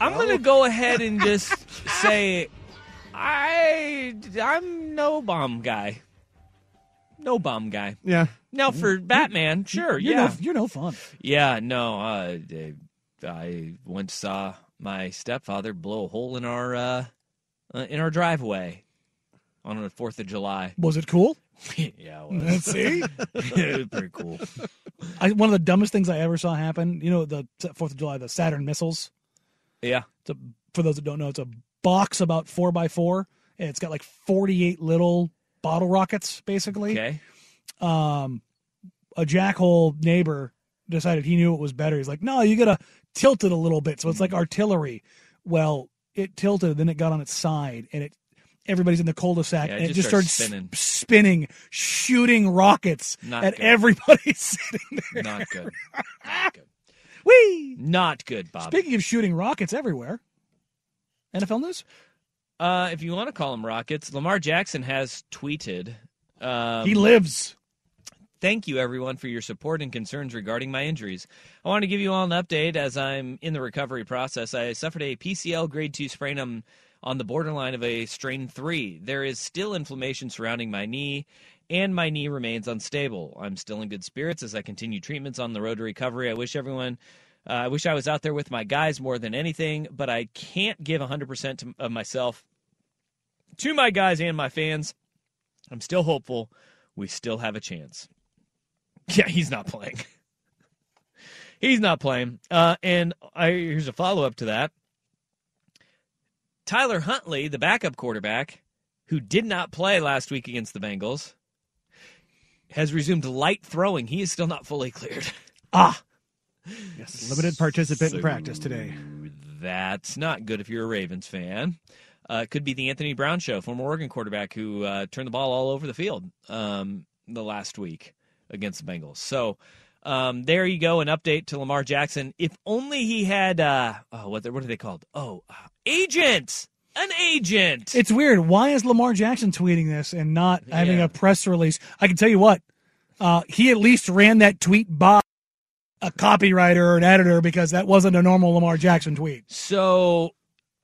Speaker 4: I'm gonna go ahead and just say, I I'm no bomb guy. No bomb guy.
Speaker 6: Yeah.
Speaker 4: Now for Batman, sure,
Speaker 5: you're
Speaker 4: Mm-hmm. yeah,
Speaker 5: no, you're no fun.
Speaker 4: yeah, no. Uh, I- I once saw my stepfather blow a hole in our uh, uh, in our driveway on the Fourth of July.
Speaker 5: Was it cool?
Speaker 4: yeah, it was.
Speaker 5: Let's see.
Speaker 4: it was pretty cool.
Speaker 5: I, one of the dumbest things I ever saw happen. You know the Fourth of July, the Saturn missiles.
Speaker 4: Yeah,
Speaker 5: It's a, for those that don't know, it's a box about four by four, and it's got like forty eight little bottle rockets, basically.
Speaker 4: Okay.
Speaker 5: Um, a jackhole neighbor decided he knew it was better. He's like, "No, you gotta tilt it a little bit, so it's like artillery." Well, it tilted, then it got on its side, and it everybody's in the cul-de-sac,
Speaker 4: Yeah, it
Speaker 5: and it
Speaker 4: just
Speaker 5: just
Speaker 4: starts
Speaker 5: started
Speaker 4: spinning.
Speaker 5: spinning. spinning, shooting rockets
Speaker 4: Not
Speaker 5: at
Speaker 4: good.
Speaker 5: everybody sitting there.
Speaker 4: not good.
Speaker 5: Whee!
Speaker 4: Not good, Bob.
Speaker 5: Speaking of shooting rockets everywhere, NFL news.
Speaker 4: Uh, if you want to call them rockets, Lamar Jackson has tweeted. Um,
Speaker 5: He lives.
Speaker 4: Thank you, everyone, for your support and concerns regarding my injuries. I want to give you all an update as I'm in the recovery process. I suffered a PCL grade 2 sprain on, on the borderline of a strain 3. There is still inflammation surrounding my knee, and my knee remains unstable. I'm still in good spirits as I continue treatments on the road to recovery. I wish everyone. Uh, I wish I was out there with my guys more than anything, but I can't give 100% to, of myself to my guys and my fans. I'm still hopeful. We still have a chance. Yeah, he's not playing. he's not playing. Uh, and I, here's a follow up to that. Tyler Huntley, the backup quarterback, who did not play last week against the Bengals, has resumed light throwing. He is still not fully cleared.
Speaker 5: Ah,
Speaker 6: Yes. Limited participant in practice today.
Speaker 4: That's not good if you're a Ravens fan. Uh, it could be the Anthony Brown show, former Oregon quarterback who uh, turned the ball all over the field um, the last week against the Bengals. So um, there you go, an update to Lamar Jackson. If only he had uh, oh, what what are they called? Oh, uh, agents, an agent.
Speaker 5: It's weird. Why is Lamar Jackson tweeting this and not having
Speaker 4: Yeah.
Speaker 5: a press release? I can tell you what. Uh, he at least ran that tweet by a copywriter or an editor because that wasn't a normal Lamar Jackson tweet.
Speaker 4: So,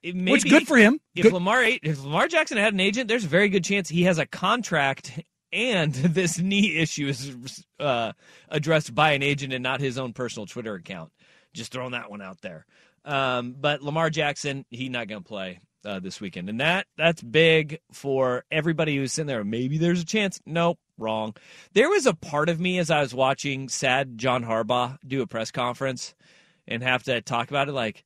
Speaker 4: it may
Speaker 5: Which
Speaker 4: be-
Speaker 5: good for him.
Speaker 4: If
Speaker 5: Good-
Speaker 4: Lamar if Lamar Jackson had an agent, there's a very good chance he has a contract, and this knee issue is uh, addressed by an agent and not his own personal Twitter account. Just throwing that one out there. Um, but Lamar Jackson, he not going to play uh, this weekend, and that that's big for everybody who's sitting there. Maybe there's a chance. Nope, wrong. There was a part of me as I was watching sad John Harbaugh do a press conference and have to talk about it, like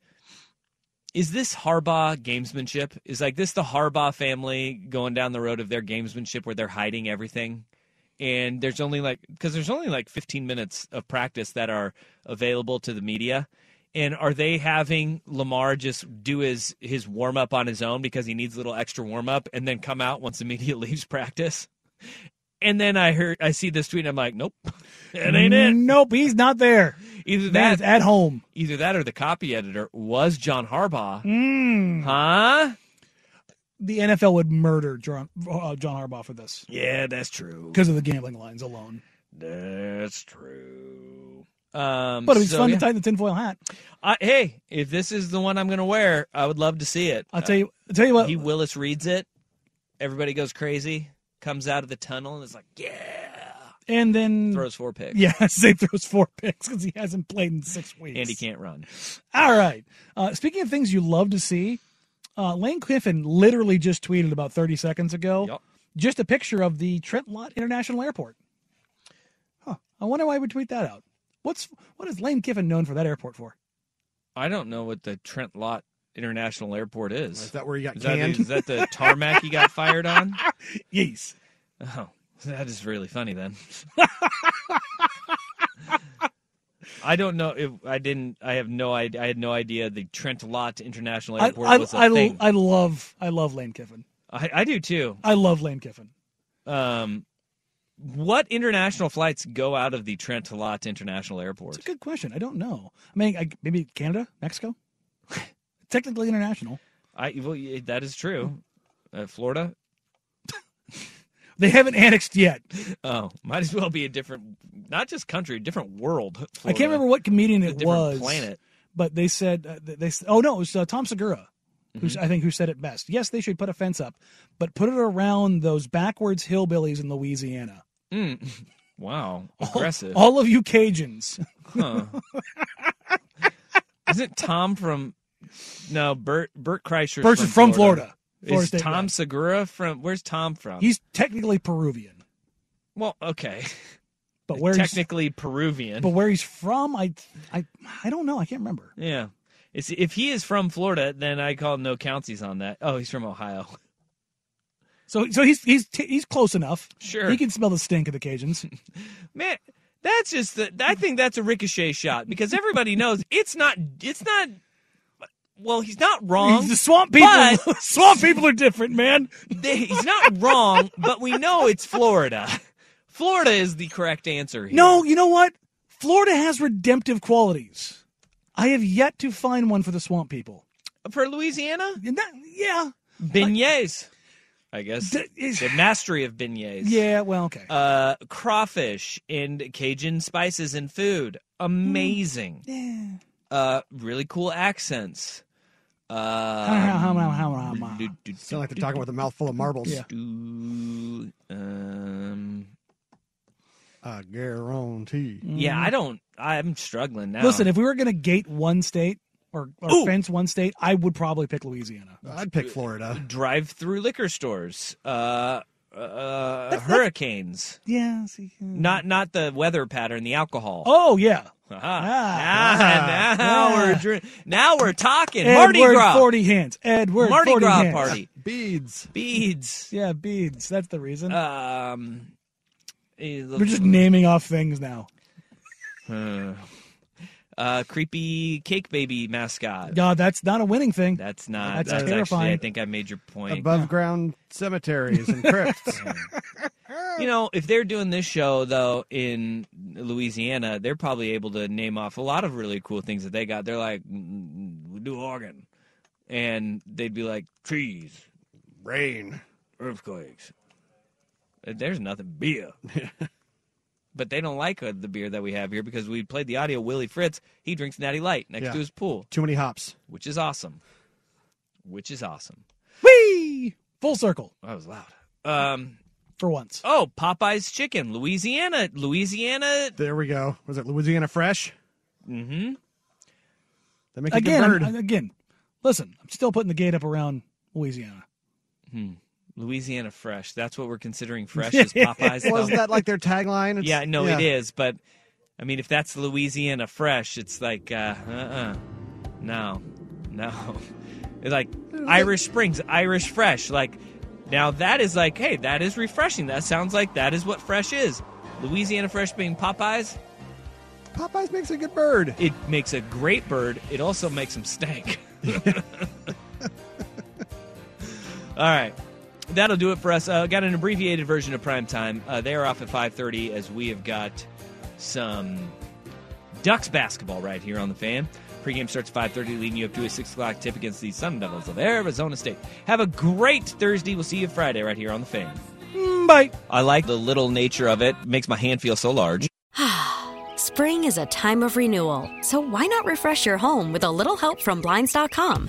Speaker 4: is this Harbaugh gamesmanship? Is like this the Harbaugh family going down the road of their gamesmanship where they're hiding everything? And there's only like because there's only like 15 minutes of practice that are available to the media. And are they having Lamar just do his his warm up on his own because he needs a little extra warm up and then come out once the media leaves practice? And then I heard I see this tweet and I'm like, nope, it ain't it.
Speaker 5: Nope, he's not there.
Speaker 4: Either
Speaker 5: Man
Speaker 4: that
Speaker 5: is at home.
Speaker 4: Either that or the copy editor was John Harbaugh.
Speaker 5: Mm.
Speaker 4: Huh?
Speaker 5: The NFL would murder John, uh, John Harbaugh for this
Speaker 4: Yeah, that's true.
Speaker 5: because of the gambling lines alone.
Speaker 4: That's true. Um,
Speaker 5: But it was
Speaker 4: so,
Speaker 5: fun
Speaker 4: yeah.
Speaker 5: to tie the tinfoil hat.
Speaker 4: I, hey, if this is the one I'm going to wear, I would love to see it.
Speaker 5: I'll tell you. I'll tell you what.
Speaker 4: Uh, he Willis reads it. Everybody goes crazy. Comes out of the tunnel and is like, "Yeah!"
Speaker 5: and then
Speaker 4: Throws four picks.
Speaker 5: Yeah, they throws four picks because he hasn't played in six weeks.
Speaker 4: and he can't run.
Speaker 5: All right. Uh, speaking of things you love to see, uh, Lane Kiffin literally just tweeted about 30 seconds ago just a picture of the Trent Lott International Airport. Huh. I wonder why he would tweet that out. What's what is Lane Kiffin known for that airport for?
Speaker 4: I don't know what the Trent Lott International Airport is.
Speaker 6: Is that where he got
Speaker 4: Is that-
Speaker 6: canned?
Speaker 4: is that the tarmac he got fired on?
Speaker 5: Yes.
Speaker 4: Oh, that is really funny then. I don't know if I didn't. I have no. I, I had no idea the Trent Lott International
Speaker 5: I,
Speaker 4: Airport
Speaker 5: I,
Speaker 4: was a
Speaker 5: I,
Speaker 4: thing.
Speaker 5: I love I love Lane Kiffin.
Speaker 4: I, I do too.
Speaker 5: I love Lane Kiffin.
Speaker 4: Um, What international flights go out of the Trentalat International Airport?
Speaker 5: It's a good question. I don't know. I mean, I, maybe Canada, Mexico, technically international.
Speaker 4: I well, y- that is true. Uh, Florida.
Speaker 5: They haven't annexed yet.
Speaker 4: Oh, might as well be a different, not just country, different world.
Speaker 5: I
Speaker 4: Florida.
Speaker 5: can't remember what comedian
Speaker 4: It's a
Speaker 5: it
Speaker 4: different
Speaker 5: was.
Speaker 4: planet.
Speaker 5: But they said uh, th- they. s- Oh no, it was uh, Tom Segura, who's
Speaker 4: Mm-hmm.
Speaker 5: I think who said it best. Yes, they should put a fence up, but put it around those backwards hillbillies in Louisiana.
Speaker 4: Mm. Wow,
Speaker 5: Oh,
Speaker 4: aggressive.
Speaker 5: All of you Cajuns.
Speaker 4: Huh. Isn't Tom from? No, Bert Bert Kreischer.
Speaker 5: Bert's from Florida. Florida
Speaker 4: Is
Speaker 5: State
Speaker 4: Tom Segura from? Where's Tom from?
Speaker 5: He's technically Peruvian,
Speaker 4: well, okay,
Speaker 5: but where he's,
Speaker 4: technically Peruvian.
Speaker 5: but where he's from, I I I don't know. I can't remember.
Speaker 4: yeah, it's, if he is from Florida, then I call no counties on that. Oh, he's from Ohio.
Speaker 5: So so he's he's t- he's close enough.
Speaker 4: Sure.
Speaker 5: he can smell the stink of the Cajuns.
Speaker 4: Man, that's just the. I think that's a ricochet shot because everybody knows it's not. It's not. Well, he's not wrong.
Speaker 5: the swamp people,
Speaker 4: but-
Speaker 5: swamp people are different, man.
Speaker 4: They- he's not wrong, but we know it's Florida. Florida is the correct answer. Here.
Speaker 5: No, you know what? Florida has redemptive qualities. I have yet to find one for the swamp people.
Speaker 4: for Louisiana,
Speaker 5: And that- yeah,
Speaker 4: beignets. I guess
Speaker 5: D- is-
Speaker 4: the mastery of beignets.
Speaker 5: yeah. Well, okay.
Speaker 4: Uh, crawfish and Cajun spices and food. Amazing.
Speaker 5: Mm. Yeah.
Speaker 4: Uh, really cool accents.
Speaker 5: How-
Speaker 4: Uh,
Speaker 5: how- how- how- how- how-
Speaker 4: do- do-
Speaker 6: Sound like they're talking with a mouthful of marbles.
Speaker 5: Yeah.
Speaker 4: do, um,
Speaker 6: I guarantee.
Speaker 4: yeah, I don't. I'm struggling now.
Speaker 5: Mm-hmm. Listen, if we were going to gate one state or, or
Speaker 4: Ooh.
Speaker 5: fence one state, I would probably pick Louisiana.
Speaker 6: I'd pick Florida.
Speaker 4: drive-through liquor stores, uh, uh, hurricanes.
Speaker 5: Yeah. See, yeah.
Speaker 4: Not not the weather pattern, the alcohol.
Speaker 5: Oh yeah.
Speaker 4: Aha.
Speaker 5: Ah.
Speaker 4: Ah, now
Speaker 5: Ah.
Speaker 4: we're dr- now we're talking Mardi
Speaker 5: Edward
Speaker 4: Gras
Speaker 5: forty hands. Edward
Speaker 4: Mardi
Speaker 5: 40
Speaker 4: Gras
Speaker 5: hands.
Speaker 4: party
Speaker 6: Beads.
Speaker 4: beads.
Speaker 5: Yeah, beads. That's the reason.
Speaker 4: Um, eh, the-
Speaker 5: We're just naming off things now.
Speaker 4: uh, creepy cake baby mascot.
Speaker 5: God, that's not a winning thing.
Speaker 4: That's not.
Speaker 5: That's
Speaker 4: That's, actually.
Speaker 5: terrifying.
Speaker 4: I think I made your point.
Speaker 6: Above ground cemeteries and crypts.
Speaker 4: You know, if they're doing this show though in Louisiana, they're probably able to name off a lot of really cool things that they got. They're like, mm, we do organ, and they'd be like trees,
Speaker 6: Rain.
Speaker 4: earthquakes. Uh, There's nothing beer, but they don't like uh, the beer that we have here because we played the audio. Willie Fritz, he drinks Natty Light next
Speaker 6: Yeah.
Speaker 4: to his pool,
Speaker 6: Too many hops.
Speaker 4: which is awesome. Which is awesome.
Speaker 5: Whee! Full circle
Speaker 4: That was loud. Um.
Speaker 5: for once.
Speaker 4: Oh, Popeye's chicken, Louisiana, Louisiana.
Speaker 6: There we go. Was it Louisiana Fresh?
Speaker 4: Mm-hmm.
Speaker 6: They make a
Speaker 5: again,
Speaker 6: good bird.
Speaker 5: I'm- again. Listen, I'm still putting the gate up around Louisiana.
Speaker 4: Louisiana Fresh. That's what we're considering fresh is Popeyes.
Speaker 6: was
Speaker 4: though?
Speaker 6: that like their tagline? It's-
Speaker 4: yeah, no, it is. But I mean, if that's Louisiana Fresh, it's like, uh, uh-uh. no, no. It's like Irish Springs, Irish Fresh. Like now, that is like, hey, that is refreshing. That sounds like that is what fresh is. Louisiana Fresh being Popeyes,
Speaker 6: Popeyes makes a good bird.
Speaker 4: it makes a great bird. It also makes them stank. All right. That'll do it for us. Uh, got an abbreviated version of prime time. Uh, they are off at 5.30 as we have got some Ducks basketball right here on the fan. Pregame starts at 5.30, leading you up to a 6 o'clock tip against the Sun Devils of Arizona State. Have a great Thursday. We'll see you Friday right here on the fan. Mm,
Speaker 5: Bye.
Speaker 4: I like the little nature of it. Makes my hand feel so large.
Speaker 1: Spring is a time of renewal, so why not refresh your home with a little help from Blinds.com?